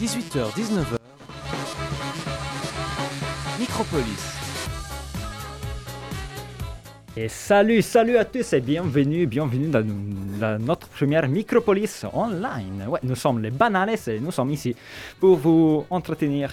18h-19h, Micropolis. Et salut, salut à tous et bienvenue, bienvenue dans, dans notre première Micropolis online. Ouais, nous sommes les Banales et nous sommes ici pour vous entretenir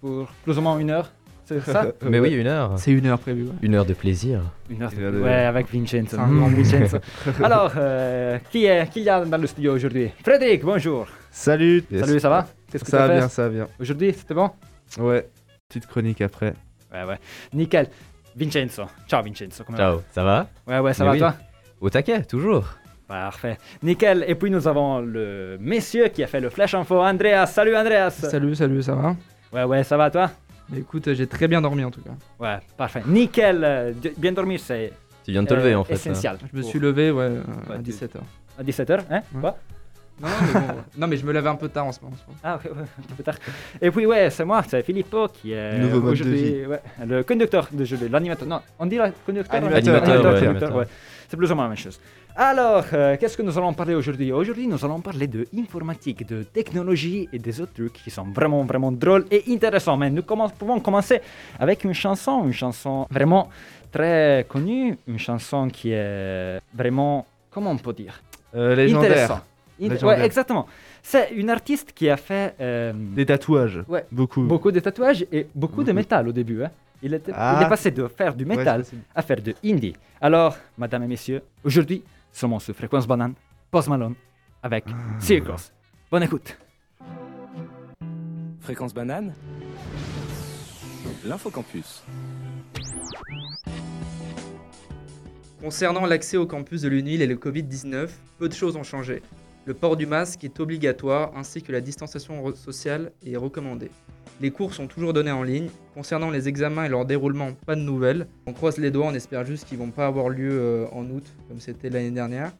pour plus ou moins une heure. C'est ça Mais oui, une heure. C'est une heure prévue. ouais. Une heure de plaisir. Une heure. Une heure de- Ouais, avec Vincenzo. Mmh. mon Vincenzo. Alors, euh, qui est qui y a dans le studio aujourd'hui Frédéric, bonjour. Salut Salut, ça va Qu'est-ce que Ça t'as va fait bien, ça va bien. Aujourd'hui, c'était bon Ouais. Petite chronique après. Ouais, ouais. Nickel. Vincenzo. Ciao Vincenzo. comment Ciao, ça va vas Ouais, ouais, ça Mais va oui. toi Au taquet, toujours. Parfait. Nickel. Et puis nous avons le monsieur qui a fait le flash info, Andreas. Salut Andreas. Salut, salut, ça va Ouais, ouais, ça va toi Bah, Écoute, j'ai très bien dormi en tout cas. Ouais, parfait. Nickel. Euh, di- Bien dormir, c'est Tu viens de te lever euh, en fait. hein. essentiel. Je me Pour- suis levé ouais, euh, Ouais, à tu- 17h. À 17h, hein Ouais. Quoi Non, non, mais bon, ouais. non, mais je me lève un peu tard en ce moment. en ce moment. Ah, ok, ouais, un petit peu tard. Et puis, ouais, c'est moi, c'est Filippo qui est Nouveau mode de aujourd'hui ouais, le conducteur de jeu, l'animateur. Non, on dit la conducteur Animateur, ouais, animateur. ouais. C'est plus ou moins la même chose. Alors, euh, qu'est-ce que nous allons parler aujourd'hui Aujourd'hui, nous allons parler de informatique, de technologie et des autres trucs qui sont vraiment, vraiment drôles et intéressants. Mais nous commen- pouvons commencer avec une chanson, une chanson vraiment très connue, une chanson qui est vraiment, comment on peut dire Euh, légendaire. Intéressant. Int- Légendaire. ouais, exactement. C'est une artiste qui a fait euh, Des tatouages. Ouais. Beaucoup. beaucoup de tatouages et beaucoup, de Beaucoup. métal au début. hein. Il, était- Ah. il est passé de faire du Ouais, métal ça, c'est- à faire de indie. Alors, mesdames et messieurs, aujourd'hui, sommes sur Fréquence Banane, Post Malone, avec Ah. Circus. Bonne écoute. Fréquence banane, l'infocampus. Concernant l'accès au campus de l'UNIL et le Covid-19, peu de choses ont changé. Le port du masque est obligatoire ainsi que la distanciation re- sociale est recommandée. Les cours sont toujours donnés en ligne. Concernant les examens et leur déroulement, pas de nouvelles. On croise les doigts, on espère juste qu'ils vont pas avoir lieu euh, en août comme c'était l'année dernière.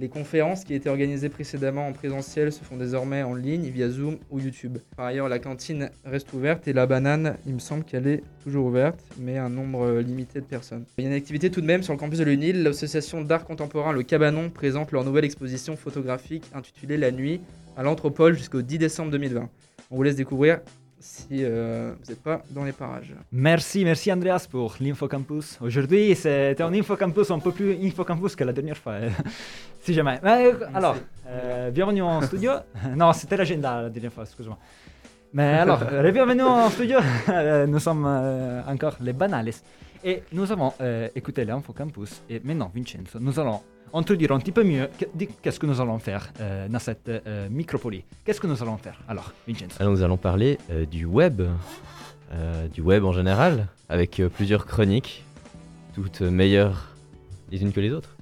Les conférences qui étaient organisées précédemment en présentiel se font désormais en ligne via Zoom ou YouTube. Par ailleurs, la cantine reste ouverte et la banane, il me semble qu'elle est toujours ouverte, mais un nombre euh, limité de personnes. Il y a une activité tout de même sur le campus de l'UNIL. L'association d'art contemporain Le Cabanon présente leur nouvelle exposition photographique intitulée La Nuit à l'Anthropole jusqu'au 10 décembre 2020. On vous laisse découvrir si euh, vous n'êtes pas dans les parages. Merci, merci Andreas pour l'Infocampus. Aujourd'hui, c'était un Infocampus un peu plus Infocampus que la dernière fois, euh, si jamais. Mais, euh, alors, euh, bienvenue en studio. non, c'était l'agenda la dernière fois, excuse-moi. Mais alors, euh, bienvenue en studio. Euh, nous sommes euh, encore les banales. Et nous avons euh, écouté l'Infocampus. Et maintenant, Vincenzo, nous allons introduire un petit peu mieux que- di- qu'est-ce que nous allons faire euh, dans cette euh, micropolie. Qu'est-ce que nous allons faire Alors, Vincenzo. Alors nous allons parler euh, du web, euh, du web en général, avec euh, plusieurs chroniques, toutes euh, meilleures les unes que les autres.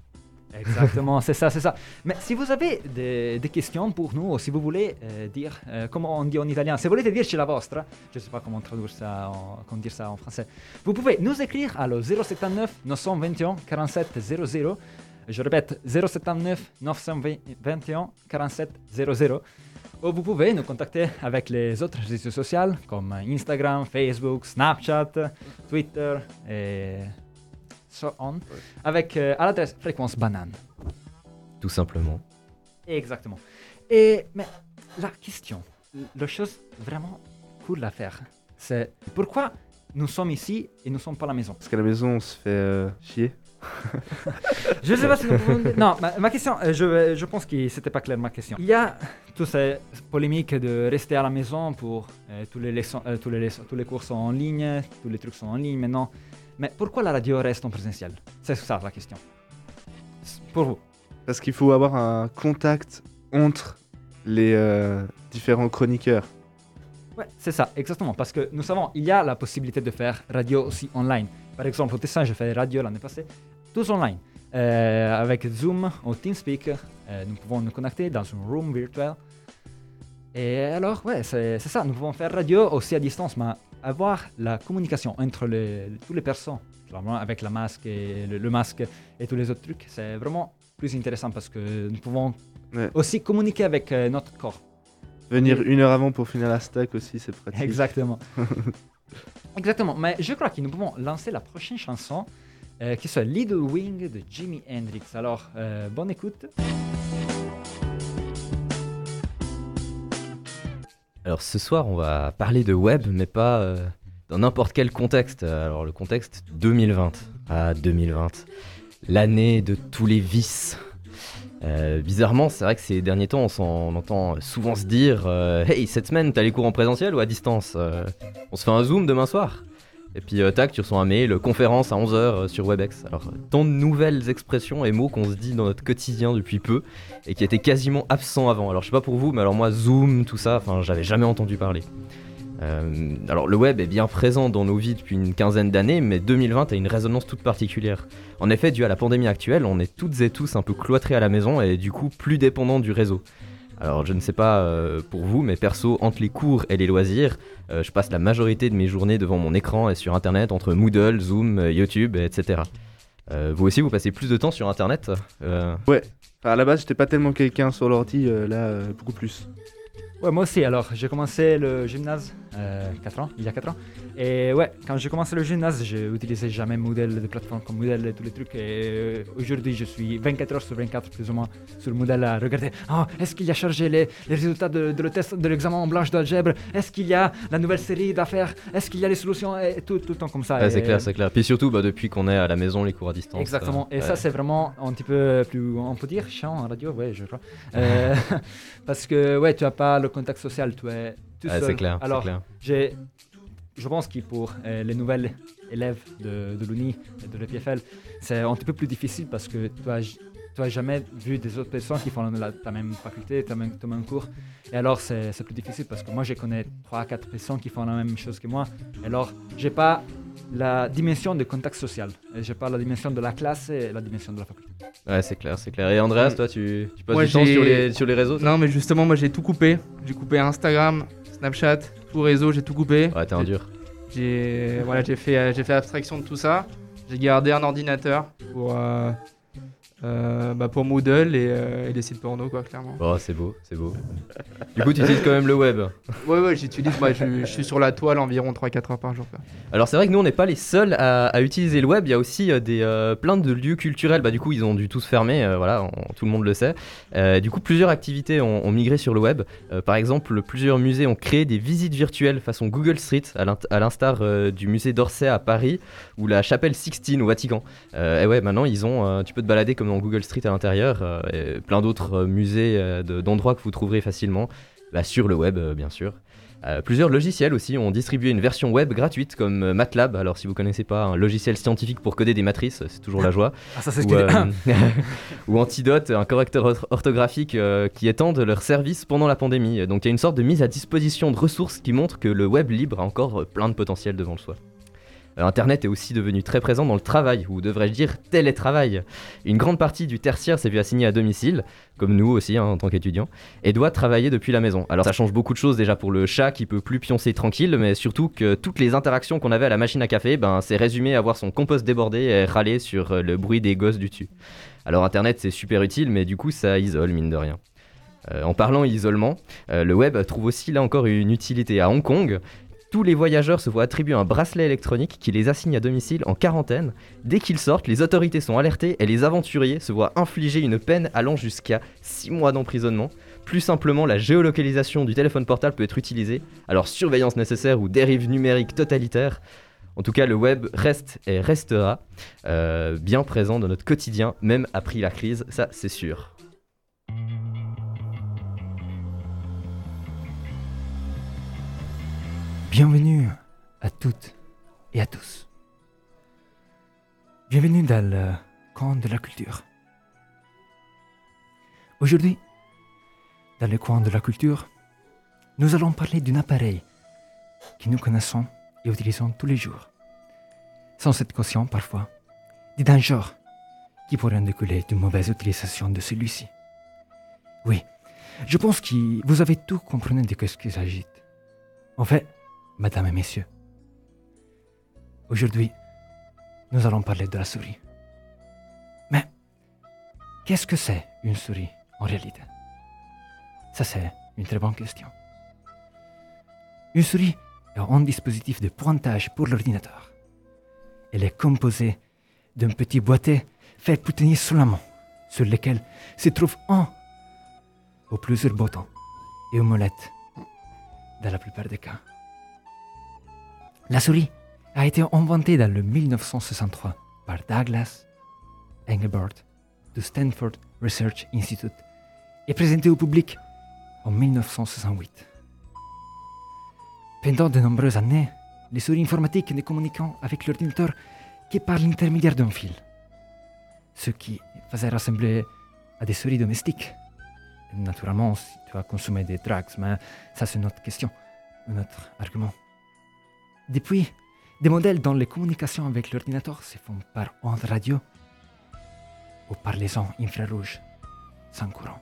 Exactement, c'est ça, c'est ça. Mais si vous avez des, des questions pour nous, ou si vous voulez euh, dire, euh, comment on dit en italien, si volete dirci la vostra, je ne sais pas comment traduire ça en, comment dire ça en français, vous pouvez nous écrire à 079 921 47 00. Je répète, 079 921 47 00. Ou vous pouvez nous contacter avec les autres réseaux sociaux comme Instagram, Facebook, Snapchat, Twitter et so on avec euh, à l'adresse fréquence banane. Tout simplement. Exactement. Et mais la question, la chose vraiment cool à faire, c'est pourquoi nous sommes ici et nous sommes pas à la maison. Parce qu'à la maison, on se fait euh, chier. Je sais pas si nous pouvons. Non, ma, ma question, euh, je, je pense que c'était pas clair ma question. Il y a toutes ces polémiques de rester à la maison pour euh, tous les leçons, euh, tous les leçons- tous les cours sont en ligne, tous les trucs sont en ligne maintenant. Mais pourquoi la radio reste en présentiel C'est ça la question. Pour vous. Parce qu'il faut avoir un contact entre les euh, différents chroniqueurs. Ouais, c'est ça, exactement. Parce que nous savons, il y a la possibilité de faire radio aussi online. Par exemple, au Tessin, j'ai fait radio l'année passée, tous online. Euh, avec Zoom ou TeamSpeak, euh, nous pouvons nous connecter dans une room virtuelle. Et alors, ouais, c'est c'est ça, nous pouvons faire radio aussi à distance, mais avoir la communication entre les, toutes les personnes, clairement, avec la masque et le, le masque et tous les autres trucs, c'est vraiment plus intéressant parce que nous pouvons Ouais. aussi communiquer avec euh, notre corps. Venir une heure avant pour finir la stack aussi, c'est pratique. Exactement. Exactement. Mais je crois que nous pouvons lancer la prochaine chanson euh, qui soit Little Wing de Jimi Hendrix. Alors, euh, bonne écoute. Alors ce soir, on va parler de web, mais pas euh, dans n'importe quel contexte. Euh, Alors le contexte 2020. Ah, 2020. L'année de tous les vices. Euh, bizarrement, c'est vrai que ces derniers temps, on, s'en- on entend souvent se dire euh, Hey, cette semaine, t'as les cours en présentiel ou à distance Euh, On se fait un Zoom demain soir Et puis, euh, tac, tu reçois un mail, conférence à 11h sur WebEx. Alors, euh, tant de nouvelles expressions et mots qu'on se dit dans notre quotidien depuis peu et qui étaient quasiment absents avant. Alors, je sais pas pour vous, mais alors moi, Zoom, tout ça, enfin, j'avais jamais entendu parler. Euh, alors, le web est bien présent dans nos vies depuis une quinzaine d'années, mais 2020 a une résonance toute particulière. En effet, dû à la pandémie actuelle, on est toutes et tous un peu cloîtrés à la maison et du coup plus dépendants du réseau. Alors je ne sais pas euh, pour vous, mais perso, entre les cours et les loisirs, euh, je passe la majorité de mes journées devant mon écran et sur Internet, entre Moodle, Zoom, euh, YouTube, etc. Euh, vous aussi, vous passez plus de temps sur Internet euh, Enfin, à la base, j'étais pas tellement quelqu'un sur l'ordi, euh, là, euh, beaucoup plus. Ouais, moi aussi, alors j'ai commencé le gymnase euh, 4 ans, il y a 4 ans. Et ouais, quand j'ai commencé le gymnase, j'ai utilisé jamais Moodle, des plateformes comme Moodle et tous les trucs. Et euh, aujourd'hui, je suis 24 heures sur 24 plus ou moins sur Moodle à regarder. Oh, est-ce qu'il y a chargé les, les résultats de, de le test de l'examen en blanche d'algèbre Est-ce qu'il y a la nouvelle série d'affaires Est-ce qu'il y a les solutions et tout, tout le temps comme ça. ouais, Ah, c'est Et- clair, c'est clair. Puis surtout, bah, depuis qu'on est à la maison, les cours à distance. Exactement. euh, et ça, ouais. c'est vraiment un petit peu plus, on peut dire, chiant en radio, ouais, je crois. Euh, parce que, ouais, tu n'as pas le contact social, tu es tout Ouais, seul. c'est clair. c'est Alors, clair. j'ai, je pense que pour euh, les nouvelles élèves de, de l'UNI, et de l'EPFL, c'est un petit peu plus difficile parce que tu as, tu as jamais vu des autres personnes qui font la, ta même faculté, ta même, ton même cours. Et alors, c'est, c'est plus difficile parce que moi, je connais 3-4 personnes qui font la même chose que moi. Et alors, j'ai pas la dimension de contact social. Et J'ai pas la dimension de la classe et la dimension de la faculté. Ouais, c'est clair, c'est clair. Et Andreas, Mm. toi, tu, tu passes Moi, du temps j'ai- sur les, sur les réseaux Non, mais justement, moi j'ai tout coupé. J'ai coupé Instagram, Snapchat, tout réseau, j'ai tout coupé. Ouais, t'es un dur. J'ai voilà, j'ai fait, euh, j'ai fait abstraction de tout ça. J'ai gardé un ordinateur pour, euh, euh, bah, pour Moodle et, euh, et les sites porno, quoi, clairement. Oh, c'est beau, c'est beau. Du coup, tu utilises quand même le web. Ouais, ouais, j'utilise, moi je, je suis sur la toile environ 3-4 heures par jour. quoi. Alors c'est vrai que nous on n'est pas les seuls à, à utiliser le web, il y a aussi euh, des, euh, plein de lieux culturels, bah, du coup ils ont dû tous fermer, euh, voilà, on- tout le monde le sait. Euh, du coup plusieurs activités ont, ont migré sur le web, Euh, par exemple plusieurs musées ont créé des visites virtuelles façon Google Street, à l'int- à l'instar euh, du musée d'Orsay à Paris ou la chapelle Sixtine au Vatican. Euh, et ouais maintenant ils ont, euh, tu peux te balader comme dans Google Street à l'intérieur, euh, et plein d'autres euh, musées euh, de- d'endroits que vous trouverez facilement, bah, sur le web euh, bien sûr. Euh, plusieurs logiciels aussi ont distribué une version web gratuite comme euh, MATLAB. Alors si vous connaissez pas un logiciel scientifique pour coder des matrices, c'est toujours la joie. Ah, ça, c'est ou, euh, ou Antidote, un correcteur orth- orthographique euh, qui étendent leurs services pendant la pandémie. Donc il y a une sorte de mise à disposition de ressources qui montre que le web libre a encore euh, plein de potentiel devant le soi. Euh, Internet est aussi devenu très présent dans le travail, ou devrais-je dire télétravail. Une grande partie du tertiaire s'est vu assigné à domicile, comme nous aussi hein, en tant qu'étudiants, et doit travailler depuis la maison. Alors ça change beaucoup de choses déjà pour le chat qui peut plus pioncer tranquille, mais surtout que toutes les interactions qu'on avait à la machine à café, ben c'est résumé à voir son compost déborder et râler sur euh, le bruit des gosses du dessus. Alors internet c'est super utile, mais du coup ça isole mine de rien. Euh, en parlant isolement, euh, le web trouve aussi là encore une utilité à Hong Kong. Tous les voyageurs se voient attribuer un bracelet électronique qui les assigne à domicile en quarantaine. Dès qu'ils sortent, les autorités sont alertées et les aventuriers se voient infliger une peine allant jusqu'à 6 mois d'emprisonnement. Plus simplement, la géolocalisation du téléphone portable peut être utilisée, alors surveillance nécessaire ou dérive numérique totalitaire. En tout cas, le web reste et restera euh, bien présent dans notre quotidien, même après la crise, ça c'est sûr. Bienvenue à toutes et à tous. Bienvenue dans le coin de la culture. Aujourd'hui, dans le coin de la culture, nous allons parler d'un appareil que nous connaissons et utilisons tous les jours, sans être conscient parfois des dangers qui pourraient en découler d'une mauvaise utilisation de celui-ci. Oui, je pense que vous avez tout compris de ce qu'il s'agit. En fait, Madame et messieurs, aujourd'hui, nous allons parler de la souris. Mais qu'est-ce que c'est une souris en réalité Ça, c'est une très bonne question. Une souris est un dispositif de pointage pour l'ordinateur. Elle est composée d'un petit boîtier fait pour tenir sous la main, sur lequel se trouve un ou plusieurs boutons et une molette dans la plupart des cas. La souris a été inventée dans le 1963 par Douglas Engelbart du Stanford Research Institute et présentée au public en 1968. Pendant de nombreuses années, les souris informatiques ne communiquant avec l'ordinateur que par l'intermédiaire d'un fil, ce qui faisait ressembler à des souris domestiques. Naturellement, si tu as consommé des drugs, mais ça c'est une autre question, un autre argument. Depuis, des modèles dont les communications avec l'ordinateur se font par ondes radio ou par les ondes infrarouges, sans courant.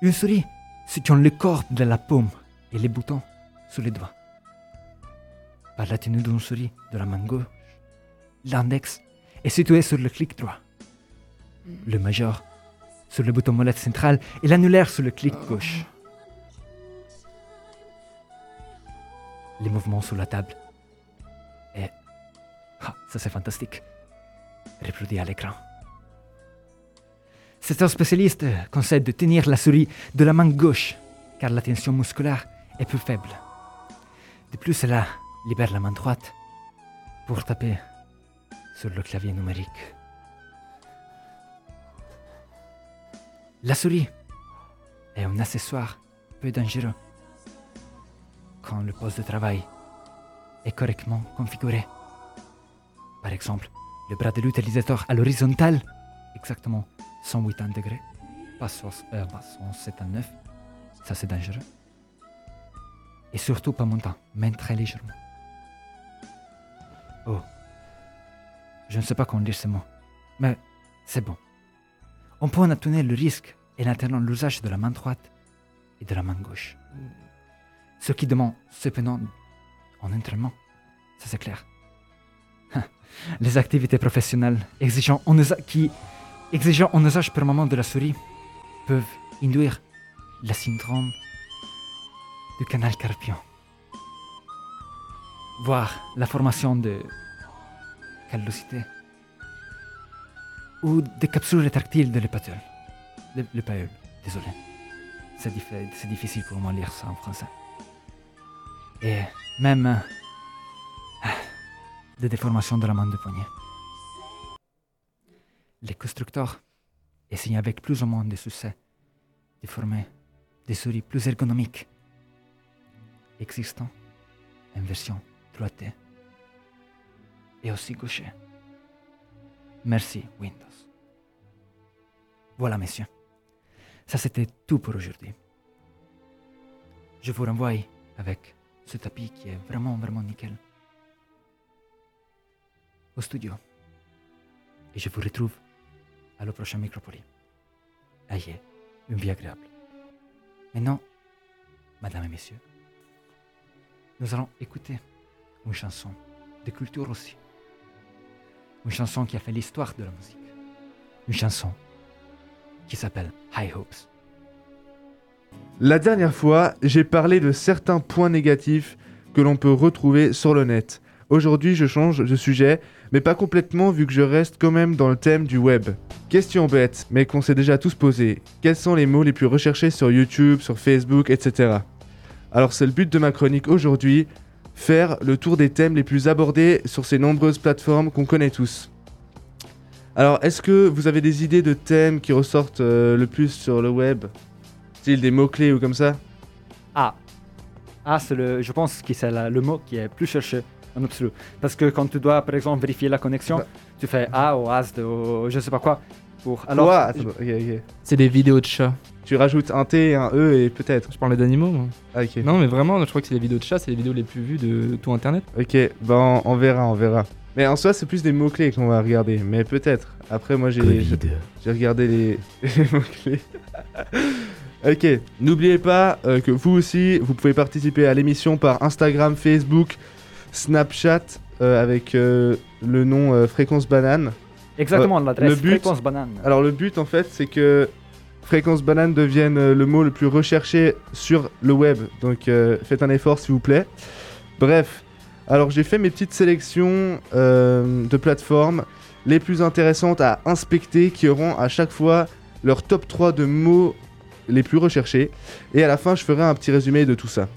Une souris soutient le corps de la paume et les boutons sous les doigts. Par la tenue d'une souris de la main gauche, l'index est situé sur le clic droit, le majeur sur le bouton molette central et l'annulaire sur le clic gauche. Les mouvements sous la table et ah, ça c'est fantastique, reproduit à l'écran. Certains spécialistes conseillent de tenir la souris de la main gauche car la tension musculaire est plus faible. De plus, cela libère la main droite pour taper sur le clavier numérique. La souris est un accessoire peu dangereux quand le poste de travail est correctement configuré. Par exemple, le bras de l'utilisateur à l'horizontale, exactement 180 degrés, pas 60, euh, pas 179, ça c'est dangereux. Et surtout pas montant, même très légèrement. Oh, je ne sais pas comment dire ce mot, mais c'est bon. On peut en atténuer le risque en alternant l'usage de la main droite et de la main gauche. Ce qui demande cependant un entraînement, ça c'est clair. Les activités professionnelles exigeant un usa- qui exigeant un usage permanent de la souris peuvent induire le syndrome du canal carpien. Voir la formation de callosité ou des capsules rétractiles de l'épaule. Le- L'épaule, désolé. C'est dif- c'est difficile pour moi lire ça en français. Et même euh, ah, des déformations de la main de poignet. Les constructeurs essayent avec plus ou moins de succès de former des souris plus ergonomiques, existant en version droite et aussi gaucher. Merci Windows. Voilà messieurs, ça c'était tout pour aujourd'hui. Je vous renvoie avec ce tapis qui est vraiment vraiment nickel au studio. Et je vous retrouve à la prochaine Micropoli. Ayez une vie agréable. Maintenant, Madame et Messieurs, nous allons écouter une chanson de culture aussi. Une chanson qui a fait l'histoire de la musique. Une chanson qui s'appelle High Hopes. La dernière fois, j'ai parlé de certains points négatifs que l'on peut retrouver sur le net. Aujourd'hui, je change de sujet, mais pas complètement vu que je reste quand même dans le thème du web. Question bête, mais qu'on s'est déjà tous posé. Quels sont les mots les plus recherchés sur YouTube, sur Facebook, etc. Alors c'est le but de ma chronique aujourd'hui, faire le tour des thèmes les plus abordés sur ces nombreuses plateformes qu'on connaît tous. Alors est-ce que vous avez des idées de thèmes qui ressortent euh, le plus sur le web Style des mots-clés ou comme ça Ah. Ah, c'est le, je pense que c'est la- le mot qui est plus cherché en absolu. Parce que quand tu dois, par exemple, vérifier la connexion, Bah. tu fais A ou AS ou je sais pas quoi. Pour, alors, Ouah, attends, ok, ok. C'est des vidéos de chats. Tu rajoutes un T et un E et peut-être. Je parlais d'animaux, moi. Ah, ok. Non, mais vraiment, je crois que c'est les vidéos de chats, c'est les vidéos les plus vues de tout Internet. Ok, ben on verra, on verra. Mais en soi, c'est plus des mots-clés qu'on va regarder. Mais peut-être. Après, moi, j'ai j'ai- j'ai regardé les, les mots-clés. ok, n'oubliez pas euh, que vous aussi, vous pouvez participer à l'émission par Instagram, Facebook, Snapchat, euh, avec euh, le nom euh, Fréquence Banane. exactement l'adresse le but- fréquence banane. Alors le but en fait c'est que fréquence banane devienne euh, le mot le plus recherché sur le web. Donc euh, faites un effort s'il vous plaît. Bref, alors j'ai fait mes petites sélections euh, de plateformes les plus intéressantes à inspecter qui auront à chaque fois leur top 3 de mots les plus recherchés. Et à la fin, je ferai un petit résumé de tout ça.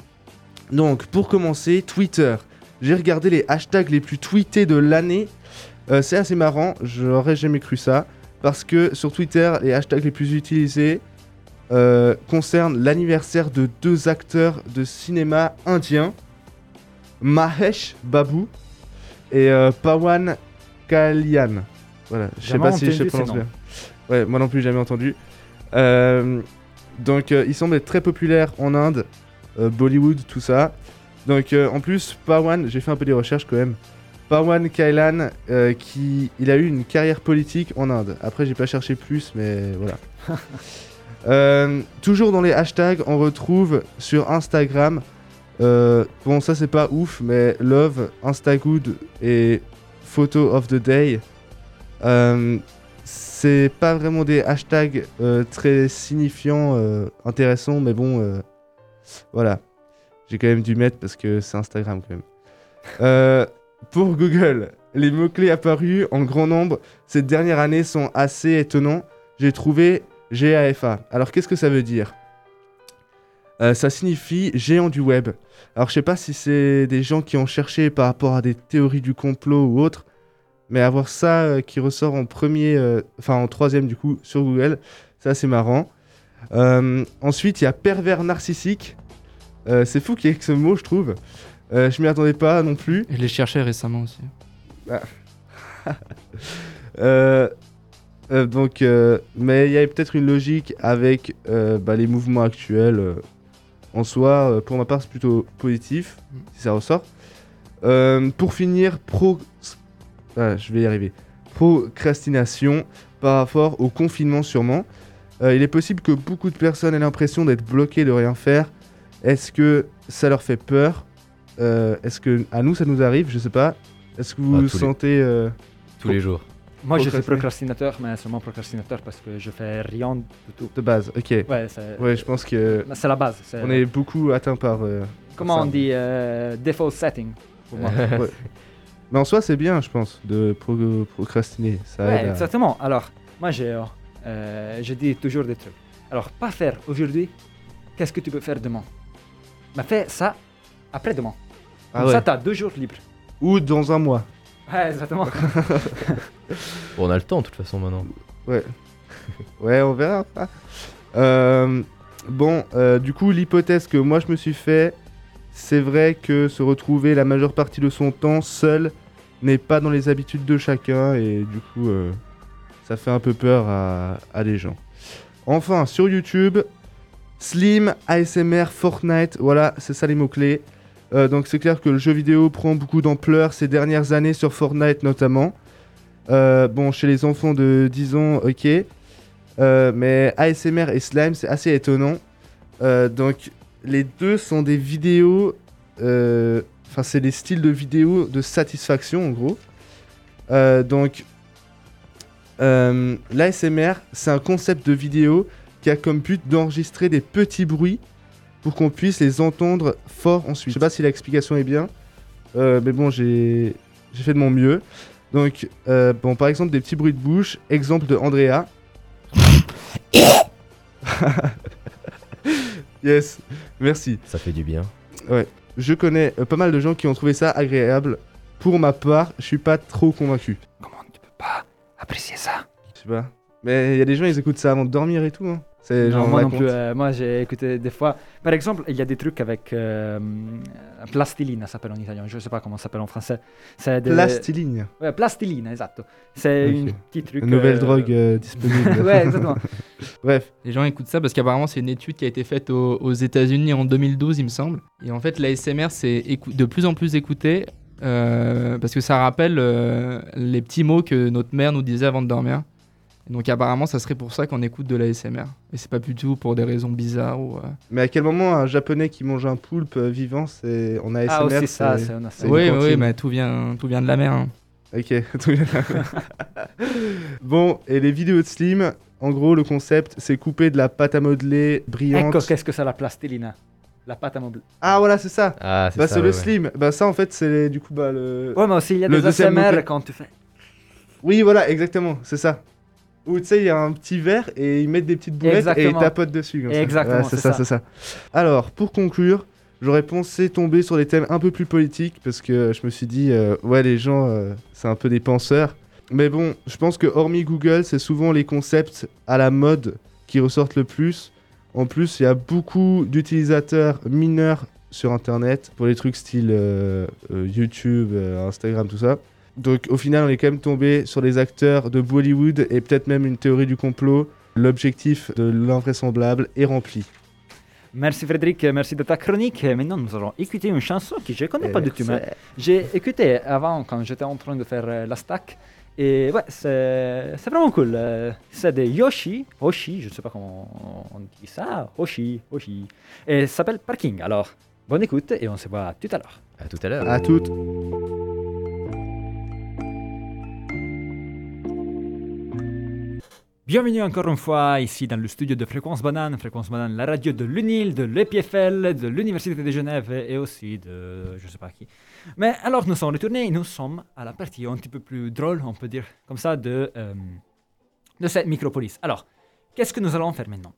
Donc, pour commencer, Twitter. J'ai regardé les hashtags les plus tweetés de l'année. Euh, c'est assez marrant, j'aurais jamais cru ça. Parce que sur Twitter, les hashtags les plus utilisés euh, concernent l'anniversaire de deux acteurs de cinéma indiens. Mahesh Babu et euh, Pawan Kalyan. Voilà, je sais Jamais pas si je entendu ces prononce noms. bien. Ouais, moi non plus, jamais entendu. Euh, donc, euh, il semble être très populaire en Inde, euh, Bollywood, tout ça. Donc, euh, en plus, Pawan, j'ai fait un peu des recherches quand même. Pawan Kailan, euh, qui, il a eu une carrière politique en Inde. Après, j'ai pas cherché plus, mais voilà. Euh, toujours dans les hashtags, on retrouve sur Instagram euh, bon, ça c'est pas ouf, mais Love, Instagood et Photo of the Day, euh, c'est pas vraiment des hashtags euh, très signifiants, euh, intéressants, mais bon, euh, voilà. J'ai quand même dû mettre parce que c'est Instagram quand même. Euh, pour Google, les mots-clés apparus en grand nombre cette dernière année sont assez étonnants. J'ai trouvé GAFA. Alors qu'est-ce que ça veut dire Euh, Ça signifie géant du web. Alors je sais pas si c'est des gens qui ont cherché par rapport à des théories du complot ou autre, mais avoir ça euh, qui ressort en premier, euh, enfin en troisième du coup sur Google, ça c'est marrant. Euh, ensuite il y a pervers narcissique. Euh, c'est fou qu'il y ait que ce mot je trouve. Euh, je m'y attendais pas non plus. Et je l'ai cherché récemment aussi. Euh, euh, donc, euh, mais il y avait peut-être une logique avec euh, bah, les mouvements actuels. euh, en soi, euh, pour ma part, c'est plutôt positif, si ça ressort. Euh, pour finir, pro... Ah, je vais y arriver. Procrastination par rapport au confinement sûrement. Euh, il est possible que beaucoup de personnes aient l'impression d'être bloquées, de rien faire. Est-ce que ça leur fait peur Euh, Est-ce que à nous ça nous arrive Je sais pas. Est-ce que vous Ah, vous tous les- sentez euh, tous les jours. Moi, je suis Procrastiner. procrastinateur, mais seulement procrastinateur parce que je fais rien du tout. de base Ok. Ouais, c'est Ouais, je pense que c'est la base. c'est- on est beaucoup atteint par. euh, Comment on ça. dit euh, Default setting pour moi. ouais. Mais en soi, c'est bien, je pense, de pro- procrastiner. Ça Ouais, aide à- exactement. Alors, moi, j'ai, euh, euh, je dis toujours des trucs. Alors, pas faire aujourd'hui, qu'est-ce que tu peux faire demain Mais fais ça après-demain. Ah Comme ouais. ça, t'as deux jours libres. Ou dans un mois. Ouais, exactement. Bon, on a le temps de toute façon maintenant. Ouais, on verra. hein. Euh, bon, euh, du coup, l'hypothèse que moi je me suis fait, c'est vrai que se retrouver la majeure partie de son temps seul n'est pas dans les habitudes de chacun et du coup, euh, ça fait un peu peur à, à des gens. Enfin, sur YouTube, Slim, ASMR, Fortnite, voilà, c'est ça les mots-clés. Euh, donc c'est clair que le jeu vidéo prend beaucoup d'ampleur ces dernières années sur Fortnite notamment. Euh, bon, chez les enfants de 10 ans, ok. Euh, mais ASMR et Slime, c'est assez étonnant. Euh, donc, les deux sont des vidéos. euh, Enfin, c'est des styles de vidéos de satisfaction, en gros. Euh, donc, euh, l'ASMR, c'est un concept de vidéo qui a comme but d'enregistrer des petits bruits pour qu'on puisse les entendre fort ensuite. Je sais pas si l'explication est bien, euh, mais bon, j'ai j'ai fait de mon mieux. Donc, euh, bon, par exemple, des petits bruits de bouche. Exemple de Andrea. Yes, merci. Ça fait du bien. Je connais euh, pas mal de gens qui ont trouvé ça agréable. Pour ma part, je suis pas trop convaincu. Comment tu peux pas apprécier ça Je sais pas. Mais il y a des gens, ils écoutent ça avant de dormir et tout. Hein. C'est Non, genre Moi non raconte. plus. euh, moi, j'ai écouté des fois. Par exemple, il y a des trucs avec euh, plastiline, ça s'appelle en italien. Je sais pas comment ça s'appelle en français. C'est des... Plastiline, Ouais, plastiline, exacto. C'est Ok. une petite truc. nouvelle euh, drogue euh, disponible. ouais, exactement. Bref, Les gens écoutent ça parce qu'apparemment c'est une étude qui a été faite aux, aux États-Unis en 2012, il me semble. Et en fait, l'ASMR c'est écou- de plus en plus écouté euh, parce que ça rappelle euh, les petits mots que notre mère nous disait avant de dormir. Et donc apparemment, ça serait pour ça qu'on écoute de l'ASMR. Et c'est pas du tout pour des raisons bizarres ou. euh, mais à quel moment un japonais qui mange un poulpe euh, vivant, c'est en ASMR ah, aussi ça, c'est- c'est un c'est- assaut. une Oui, oui, cantine. oui, mais tout vient, tout vient de la mer. hein. Ok, tout bien. bon, et les vidéos de Slim, en gros, le concept, c'est couper de la pâte à modeler Eh, brillante. Ecco, qu'est-ce que c'est la plastilina La pâte à mobile. Ah, voilà, c'est ça. Ah, c'est Bah, ça. c'est ouais, le ouais. Slim. Bah, ça, en fait, c'est du coup, bah, le. Ouais, mais aussi, il y a Le des deuxième ASMR mot-clé. quand tu fais. Oui, voilà, exactement, c'est ça. où tu sais, il y a un petit verre et ils mettent des petites boulettes et ils Exactement. tapotent dessus. Comme ça. Exactement, Ouais, c'est c'est ça, ça. c'est ça. Alors, pour conclure, j'aurais pensé tomber sur des thèmes un peu plus politiques parce que je me suis dit, euh, ouais, les gens, euh, c'est un peu des penseurs. Mais bon, je pense que hormis Google, c'est souvent les concepts à la mode qui ressortent le plus. En plus, il y a beaucoup d'utilisateurs mineurs sur Internet pour les trucs style euh, euh, YouTube, euh, Instagram, tout ça. Donc au final, on est quand même tombé sur les acteurs de Bollywood et peut-être même une théorie du complot. L'objectif de l'invraisemblable est rempli. Merci Frédéric, merci de ta chronique. Maintenant, nous allons écouter une chanson que je ne connais pas du tout. mais J'ai écouté avant quand j'étais en train de faire euh, la stack. Et ouais, c'est c'est vraiment cool. euh, C'est de Yoshi, Hoshi, je ne sais pas comment on dit ça, Hoshi, Hoshi. Et ça s'appelle Parking. Alors, bonne écoute et on se voit tout à l'heure. À tout à l'heure. À toutes. Bienvenue encore une fois ici dans le studio de Fréquence Banane. Fréquence Banane, la radio de l'UNIL, de l'EPFL, de l'Université de Genève et aussi de je sais pas qui. Mais alors nous sommes retournés et nous sommes à la partie un petit peu plus drôle, on peut dire comme ça, de, euh, de cette micropolis. Alors, qu'est-ce que nous allons faire maintenant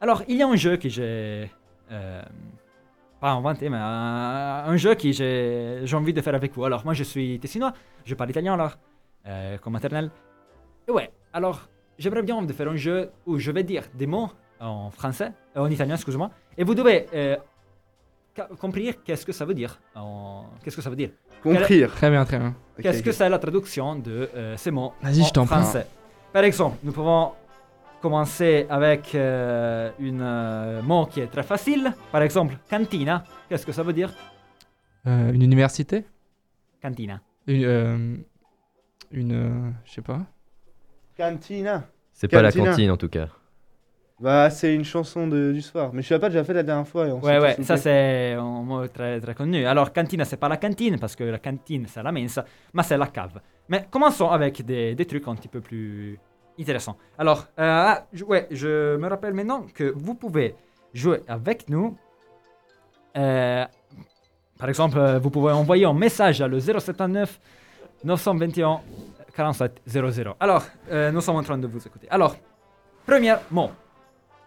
Alors, il y a un jeu que j'ai... euh, pas inventé, mais euh, un jeu que j'ai j'ai envie de faire avec vous. Alors, moi je suis tessinois, je parle italien alors, euh, comme maternelle. Et ouais, alors j'aimerais bien de faire un jeu où je vais dire des mots en français, euh, en italien, excusez-moi, et vous devez euh, ca- comprendre qu'est-ce que ça veut dire. en- Qu'est-ce que ça veut dire Comprir. Très bien, très bien. Qu'est-ce que c'est la traduction de euh, ces mots Vas-y, en je t'en prie. français Par exemple, nous pouvons commencer avec euh, une euh, mot qui est très facile. Par exemple, cantina. Qu'est-ce que ça veut dire Euh, une université Cantina. Une. euh, une euh, je sais pas. Cantina. C'est pas la Cantina. cantine en tout cas. Bah, c'est une chanson de- du soir. Mais je l'ai pas déjà fait la dernière fois. Et on Ouais, s'est ouais, tous ça loupés. c'est un mot très, très connu. Alors, cantina, c'est pas la cantine, parce que la cantine, c'est la mensa, mais c'est la cave. Mais commençons avec des, des trucs un petit peu plus intéressants. Alors, euh, ah, je- ouais, je me rappelle maintenant que vous pouvez jouer avec nous. Euh, par exemple, euh, vous pouvez envoyer un message à le 079 921 47 00. Alors, euh, nous sommes en train de vous écouter. Alors, premier mot,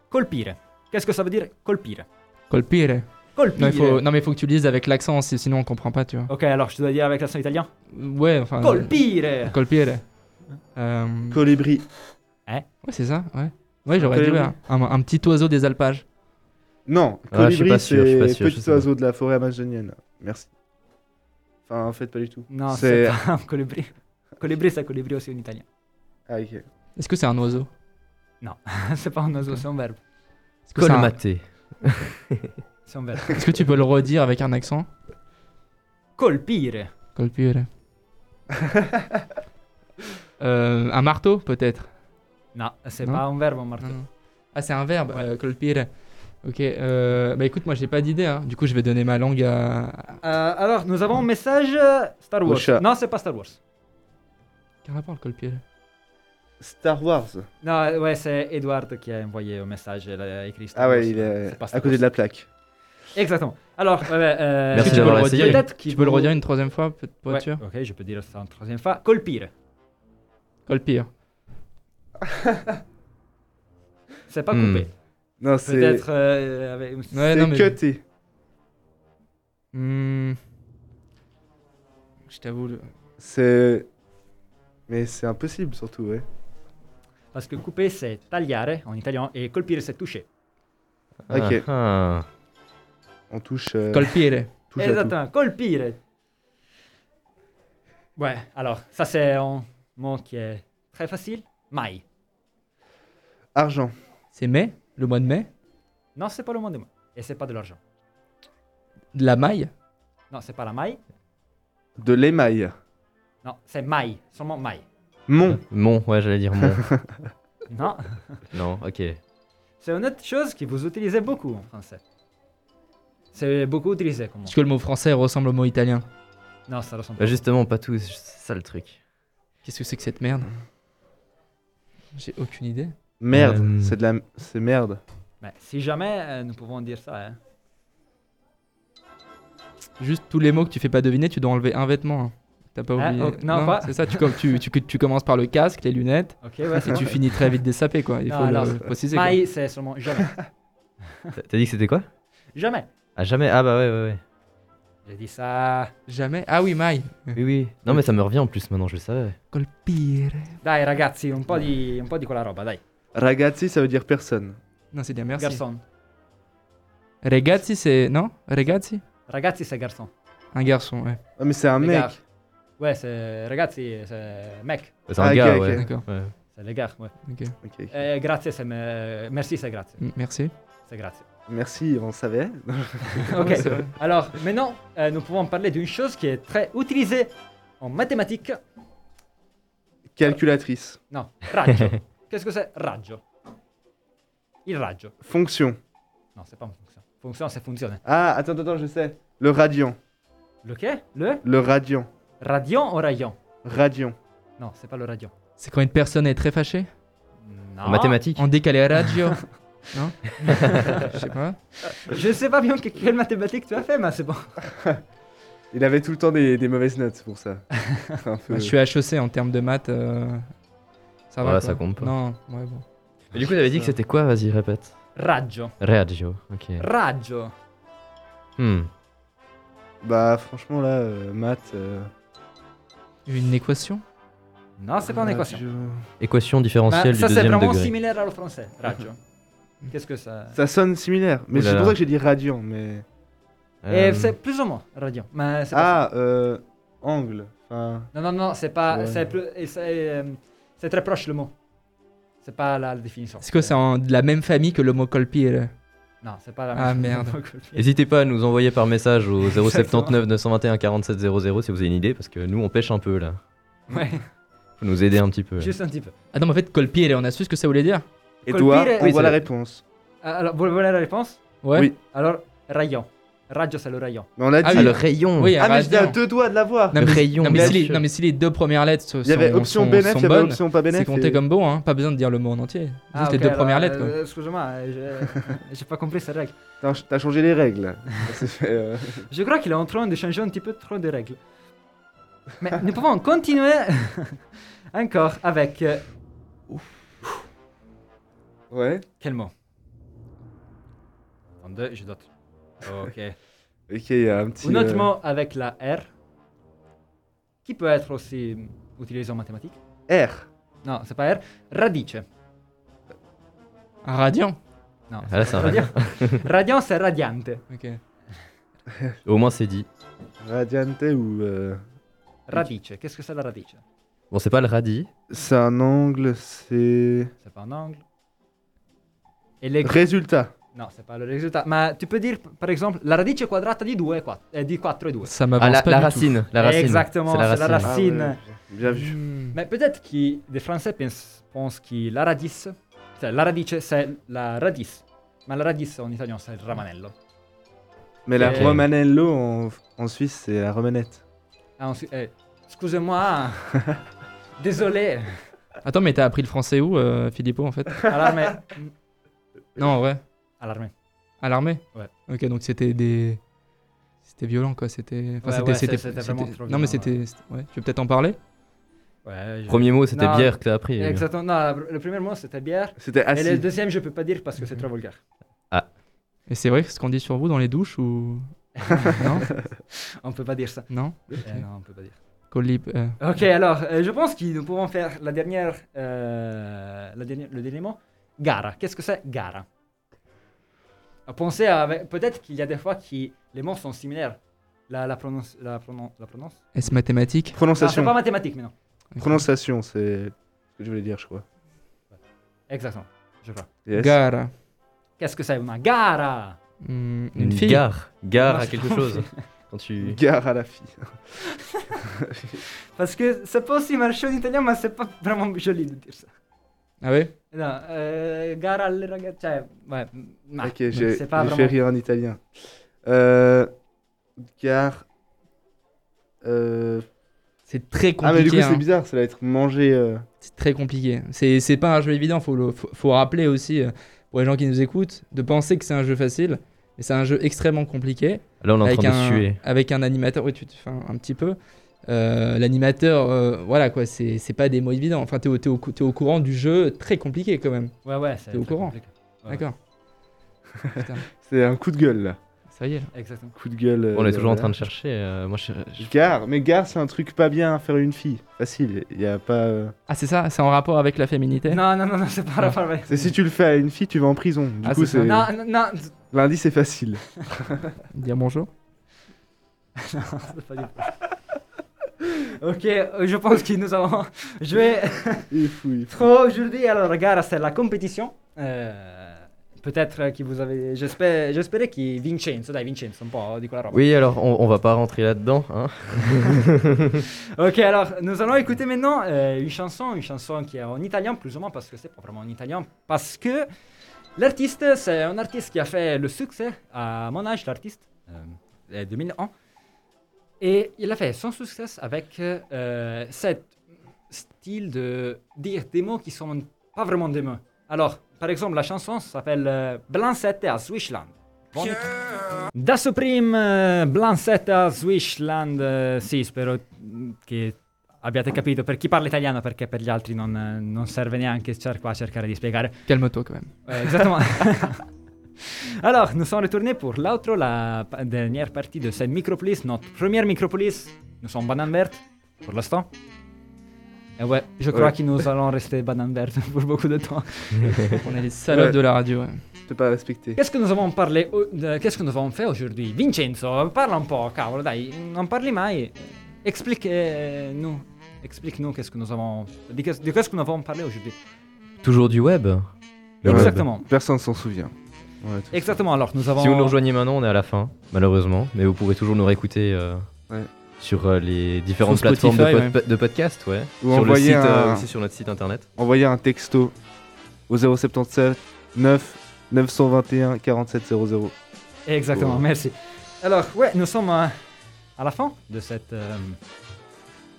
colpire. Qu'est-ce que ça veut dire colpire Colpire. Colpire. Non, il faut, non, mais il faut que tu le dises avec l'accent, si- sinon on comprend pas, tu vois. Ok, alors je dois dire avec l'accent italien. Ouais, enfin. Colpire. Colpire. Euh, Colibri. ouais, c'est ça, ouais. Ouais, j'aurais dit Colibri. ouais, un, un petit oiseau des alpages. Non, Ah, je suis colibri, pas sûr, je suis pas c'est sûr, je petit sais pas. oiseau de la forêt amazonienne. Merci. Enfin, en fait, pas du tout. Non, C'est- c'est pas un colibri. Colibri, c'est colibri aussi en italien. Ah, ok. Est-ce que c'est un oiseau c'est pas un oiseau, c'est un verbe. Est-ce que, c'est un- Colmaté. C'est un verbe. est-ce que tu peux le redire avec un accent Colpire. Colpire. Euh, un marteau, peut-être Non, c'est Non. pas un verbe, un marteau. Non. Ah, c'est un verbe, euh, colpire. Ok, euh, bah écoute, moi j'ai pas d'idée, hein. du coup je vais donner ma langue à. Euh, alors, nous avons un message euh, Star Au Wars. chat. Non, c'est pas Star Wars. Quel rapport le colpire Star Wars. Non, ouais, c'est Edward qui a envoyé un message. Il a écrit Star Ah Wars. ouais, il C'est est pas à Star côté Wars. de la plaque. Exactement. Alors, ouais, ouais, euh, Merci tu d'avoir peux le essayé. redire. Peut-être Tu qu'il peux le Oh. vous- redire une troisième fois, peut- pour Ouais, être sûr Ok, je peux dire ça une troisième fois. Colpire. Colpire. C'est pas Hmm. coupé. Non, c'est. Peut-être euh, avec... Ouais, non, C'est mais- cuté. Hmm. Je t'avoue. le- C'est. Mais c'est impossible, surtout, ouais. Parce que couper c'est tagliare en italien et colpire c'est toucher. Ok. Ah, ah. On touche. euh, Colpire. touche à tout. Exactement, colpire. Ouais, alors ça c'est un mot qui est très facile. Mai. Argent. C'est mai, le mois de mai. Non, c'est pas le mot de moi. Et c'est pas de l'argent. De la maille. Non, c'est pas la maille. De l'émail. Non, c'est mai. Seulement mai. Mon. Mon, ouais, j'allais dire mon. Non, non, ok. c'est une autre chose que vous utilisez beaucoup en français. C'est beaucoup utilisé comme mot. Parce que le mot français ressemble au mot italien. Non, ça ressemble Bah pas. justement, pas tous, c'est ça le truc. Qu'est-ce que c'est que cette merde Mmh. J'ai aucune idée. Merde. Euh, C'est de la. C'est merde. Mais si jamais euh, nous pouvons dire ça. hein. Juste tous les mots que tu fais pas deviner, tu dois enlever un vêtement. hein. T'as pas Ah, oublié. ok, non, pas- C'est ça, tu, com- tu, tu, tu commences par le casque, les lunettes, Ok, ouais, et c'est tu finis très vite dessapé, quoi. Il Non, faut alors, le préciser. quoi. Mais c'est seulement jamais. T'as t'as dit que c'était quoi Jamais. Ah, jamais. Ah, bah ouais, ouais, ouais. J'ai dit ça. Jamais. Ah oui, Mai. Oui, oui. Non, mais ça me revient en plus maintenant, je le savais. Colpire. Dai ragazzi, un po' di, un po' di quella roba, dai. Ragazzi, ça veut dire personne. Non, c'est bien, merci. Garçon. Regazzi, c'est. Non Regazzi Ragazzi, c'est garçon. Un garçon, ouais. Ah, mais c'est un Les mec. gars. Ouais, c'est ragazzi, c'est mec. C'est un Ah, ok, gars, ok. ouais. D'accord. Ouais. C'est les gars, ouais. ok. Ok, ok. Eh, grazie, c'est me- merci, c'est grazie. M- Merci. C'est grazie. Merci, on savait. Ok. Alors, maintenant, euh, nous pouvons parler d'une chose qui est très utilisée en mathématiques. Calculatrice. Non, raggio. Qu'est-ce que c'est Raggio. Il raggio. Fonction. Non, c'est pas une fonction. Fonction, c'est fonctionner. Ah, attends, attends, je sais. Le radian. Le quai Le Le radian. radian ou rayon Radian. Non, c'est pas le radian. C'est quand une personne est très fâchée Non. En mathématiques On dit qu'elle est radio. non Je sais pas. Je sais pas bien que- quelle mathématique tu as fait, mais c'est bon. Il avait tout le temps des, des mauvaises notes pour ça. Un peu- Bah, je suis HEC en termes de maths. euh, Ça va. Ouais, quoi. ça compte pas. Non, ouais, bon. Mais du coup, t'avais dit que c'était quoi Vas-y, répète. Raggio. Reagio. Ok. Raggio. Hmm. Bah, franchement, là, euh, maths. euh, Une équation Non, c'est pas une équation. radio. Équation Bah, différentielle ça, du c'est deuxième vraiment degré. similaire à le français, raggio. Qu'est-ce que ça Ça sonne similaire. Mais Ouh là c'est pour là. ça que j'ai dit radian. Mais... Euh, Eh, C'est plus ou moins radian. Mais c'est pas Ah, euh, angle. Enfin, ça. Non, non, non, c'est pas. Ouais. C'est plus- et c'est, euh, c'est très proche le mot. C'est pas la, la définition. Est-ce que c'est en- de la même famille que l'homo colpire Non, c'est pas la Ah, merde. N'hésitez pas à nous envoyer par message au 079 921 47 00 si vous avez une idée, parce que nous on pêche un peu là. Ouais, Faut nous aider un petit peu. là. juste un petit peu. Ah non, mais en fait, colpire, on a su ce que ça voulait dire Edouard, Colpire- on Oui, voit c'est- la réponse. Ah, Alors, vous voulez la réponse Ouais. Oui. Alors, rayon. Raggio, c'est le rayon. Mais on a Ah dit. Ah, le rayon Oui, Ah, mais radian. j'étais à deux doigts de l'avoir. Non, Le mais, si- rayon, non, mais bien si les, sûr. non, mais si les deux premières lettres sont, Il y avait sont- option sont- bénéf, sont il y avait bonnes, option pas bénéf. c'est compté et- comme bon, hein, pas besoin de dire le mot en entier. Juste Ah, les ok, deux alors, premières lettres. Quoi. euh, Excusez-moi, euh, j'ai j'ai pas compris cette règle. T'as t'as changé les règles. Ça s'est fait, euh, Je crois qu'il est en train de changer un petit peu trop de règles. Mais nous pouvons continuer encore avec. euh, Ouais. quel mot Attendez, je note. Ok. Ok, il y a un petit. Un autre euh, mot avec la R qui peut être aussi hum, utilisé en mathématiques. R. Non, c'est pas R. Radice. Un radian Non. Ah, là, c'est un radian. radian, c'est radiante. Ok. Au moins c'est dit. Radiante ou. euh, Radice. Qu'est-ce que c'est la radice Bon, c'est pas le radis. C'est un angle, c'est. C'est pas un angle. Et les Résultat. No, c'est pas le résultat. Mais tu peux dire, p- par exemple, la radice quadrata di 2 di 4 et 2. Ça Ah, m'avance la, pas la du racine. La racine. Exactement, C'est la c'est la racine. racine. Racine. Ah ouais, bien tout. vu. Hmm. Mais peut-être que les Français pensent, pensent que la radice, cioè la radice c'est la radice. Mais la radice en italien c'est il ramanello. Mais la Ok. Romanello en, en Suisse, c'est la Romanette. Ah, ensuite, eh, Scusez-moi, désolé. Attends, mais t'as appris le français où, euh, Filippo, en fait Alarme. Non, en vrai Alarme. À l'armée Ouais. Ok, donc c'était des. C'était violent, quoi. C'était. Ouais, c'était- ouais, c'était- c'est- c'était vraiment c'était- trop Non, mais violent, c'était. c'était- Ouais. Tu veux peut-être en parler Ouais, je- Premier mot, c'était Non. bière que t'as appris. euh, Emile. Exactement, non, le premier mot c'était bière. C'était Et le acide. deuxième je peux pas dire parce que c'est trop vulgaire. Et c'est vrai ce qu'on dit sur vous dans les douches ou. non On peut pas dire ça. Non Eh, non, on peut pas dire. Colib. euh, Ok, alors, euh, je pense que nous pouvons faire la dernière, euh, la dernière- le dernier mot. Gara. Qu'est-ce que c'est gara À Penser à... Peut-être qu'il y a des fois qui les mots sont similaires. La, la prononce... La, pronon- la prononce Est-ce mathématique Non, Prononciation. Ah, c'est pas mathématique, mais non. Prononciation, c'est ce que je voulais dire, je crois. Exactement, je crois. Yes. Gara. Qu'est-ce que c'est une gara Hmm, une fille Gare. Gare Non, à c'est quelque pas une chose. Quand tu. Gare à la fille. Parce que ça peut aussi marcher en italien, mais c'est pas vraiment joli de dire ça. Ah ouais Non, euh, gara alle ragazze... cioè, Ouais, ma- ok, j'ai j'ai Ah, c'est pas fait vraiment... rire en italien. Euh, gare. euh, C'est très compliqué. Ah, mais du coup, hein. c'est bizarre, ça va être mangé. euh, C'est très compliqué. C'est c'est pas un jeu évident, faut, le, faut, faut rappeler aussi euh, pour les gens qui nous écoutent de penser que c'est un jeu facile, mais c'est un jeu extrêmement compliqué Là, on est en avec train de un, suer. avec un animateur, oui, tu te fais un, un petit peu, euh, l'animateur, euh, voilà quoi, c'est c'est pas des mots évidents. Enfin, t'es au, t'es au, cou- t'es au courant du jeu très compliqué quand même. Ouais, ouais, c'est T'es au très courant. compliqué. Ouais, D'accord. Putain, C'est un coup de gueule là. ça y est. là. ouais, Exactement. Coup de gueule. euh, On est toujours en voilà. train de chercher. euh, moi, je, je- Gare, mais gare, c'est un truc pas bien à faire une fille. Facile, il y a pas. euh, Ah, c'est ça C'est en rapport avec la féminité Non, non, non, non, c'est pas rapport avec. C'est si tu le fais à une fille, tu vas en prison. Du Ah, coup, c'est ça. c'est Non, non, non, lundi, c'est facile. Dire bonjour c'est pas du tout. Ok, euh, je pense que nous avons joué Il est fou, il est fou. trop aujourd'hui. Alors, gare, c'est la compétition. Euh, Peut-être que vous avez. J'espère j'espérais que Vincenzo, dai Vincenzo, un po' di quella roba. Oui, alors on, on va pas rentrer là-dedans. Hein. Ok, alors nous allons écouter maintenant euh, une chanson, une chanson qui est en italien plus ou moins parce que c'est pas vraiment en italien, parce que l'artiste, c'est un artiste qui a fait le succès à mon âge, l'artiste, euh, 2001, et il a fait son succès avec euh, cette style de dire des mots qui sont pas vraiment des mots. Alors, par exemple, la chanson s'appelle euh, Blancette à Switzerland. Buon écoute. Da Supreme, euh, Blancetta, Swishland, eh, sì, spero mm, che abbiate capito per chi parla italiano perché per gli altri non, eh, non serve neanche cer- qua cercare di spiegare. Calme-toi quand même. Eh, esattamente. Alors, nous sommes retournés pour l'outro, la pa- dernière partie de cette micropolis, notre première micropolis. Nous sommes banane verte pour l'instant. Et ouais, je crois Ouais. que nous allons rester banane verte pour beaucoup de temps. On est les salopes Ouais. de la radio. ouais. C'est pas respecté. Qu'est-ce que nous avons parlé au- de- Qu'est-ce que nous avons fait aujourd'hui Vincenzo, parle un po', cavolo, dai, non parli mai. eh, Explique-nous. Explique-nous qu'est-ce que nous avons. De qu'est- de qu'est-ce que nous avons parlé aujourd'hui Toujours du web. Le oh, Exactement. Personne s'en souvient. Ouais, tout Exactement, alors nous avons. Si vous nous rejoignez maintenant, on est à la fin, malheureusement. Mais vous pouvez toujours nous réécouter euh, Ouais. sur euh, les différentes Sur Spotify, plateformes de, pod- de podcast, ouais. Ou sur le envoyer site, un- euh, aussi sur notre site internet. ça. Envoyez un texto au 077 9 921 4700. Exactement, Oh. merci. Alors, ouais, nous sommes euh, à la fin de cette euh,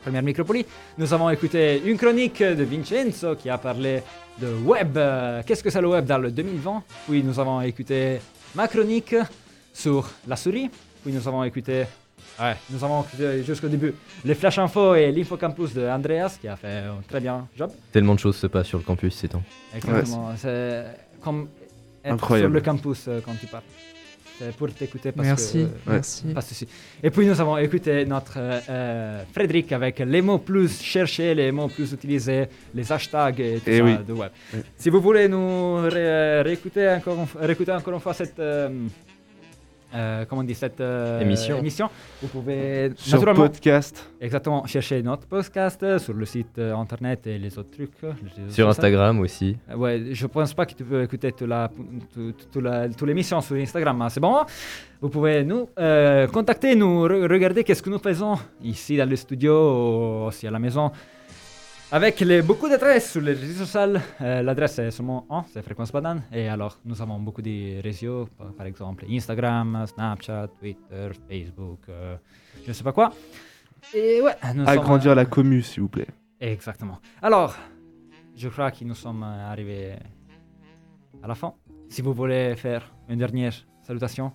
première micropolie. Nous avons écouté une chronique de Vincenzo qui a parlé de web. euh, Qu'est-ce que c'est le web dans le 2020 Puis nous avons écouté ma chronique sur la souris. Puis nous avons écouté. Ouais, nous avons écouté jusqu'au début les flash info et l'info campus de Andreas qui a fait un très bien job. Tellement de choses se passent sur le campus ces temps. Exactement. c'est comme être Incroyable. sur le campus euh, quand tu parles. C'est pour t'écouter parce Merci. que. Merci. Pas de souci. Et puis nous avons écouté notre euh, euh, Frédéric avec les mots plus cherchés, les mots plus utilisés, les hashtags et tout Eh ça oui. de web. Oui. Si vous voulez nous ré- euh, réécouter encore, une fois- réécouter encore une fois cette euh, euh, comment on dit cette euh, Émission. vous pouvez Sur naturellement podcast. exactement chercher notre podcast euh, sur le site euh, internet et les autres trucs euh, les réseaux Sur sociaux. Instagram aussi. Euh, Ouais, je pense pas que tu peux écouter toute la, toute, toute la- toute l'émission sur Instagram, mais c'est bon. hein? Vous pouvez nous euh, contacter, nous re- regarder qu'est-ce que nous faisons ici dans le studio, aussi à la maison. Avec les- beaucoup d'adresses sur les réseaux sociaux, Euh, l'adresse est seulement 1, c'est Fréquence Banane. Et alors, nous avons beaucoup de réseaux, par- par exemple Instagram, Snapchat, Twitter, Facebook, euh, je ne sais pas quoi. Et ouais, nous sommes- Agrandir la commu, s'il vous plaît. Exactement. Alors, je crois que nous sommes euh, arrivés à la fin. Si vous voulez faire une dernière salutation,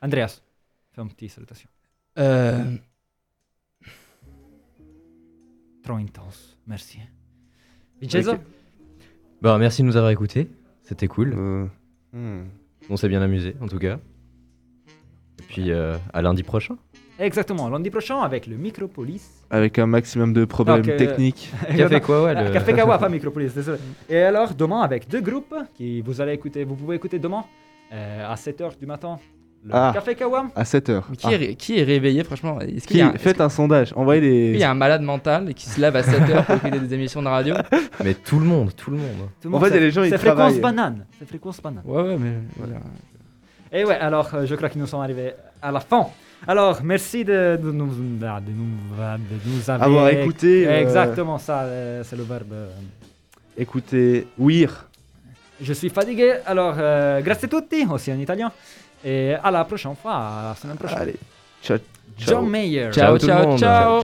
Andreas, fais une petite salutation. Euh, Trop intense, merci. Vincenzo Ok. Bah, merci de nous avoir écoutés. C'était cool. Euh, hmm. On s'est bien amusé, en tout cas. Et puis, euh, à lundi prochain. Exactement, lundi prochain avec le Micropolis. Avec un maximum de problèmes Donc, euh, techniques. Café quoi, ouais. Ah, le- Café Kawa, pas Micropolis, désolé. Et alors, demain avec deux groupes qui vous allez écouter, vous pouvez écouter demain euh, à 7h du matin. Le Ah. Café Kawa. À 7h. qui, est, ré- qui est réveillé, franchement Est-ce Qui qu'il y, a- est-ce Faites un sondage. Envoyez qu'il y les. a un malade mental qui se lève à 7h pour écouter des émissions de radio Mais tout le monde, tout le monde. Tout le En monde fait, sait- les gens, ils C'est fréquence travaillent. banane. C'est fréquence banane. Ouais, ouais, mais. voilà. Et ouais, alors euh, je crois que nous sommes arrivés à la fin. Alors, merci de, de nous, de nous- de nous avoir Avoir écouté. euh, Exactement ça, euh, c'est le verbe. euh. Écoutez. Weir. Je suis fatigué, alors euh, grazie a tutti, aussi en italien. Et à la prochaine fois, à la semaine prochaine. Allez. Ciao. ciao. John Mayer. Ciao, Ciao, tout le ciao, monde. ciao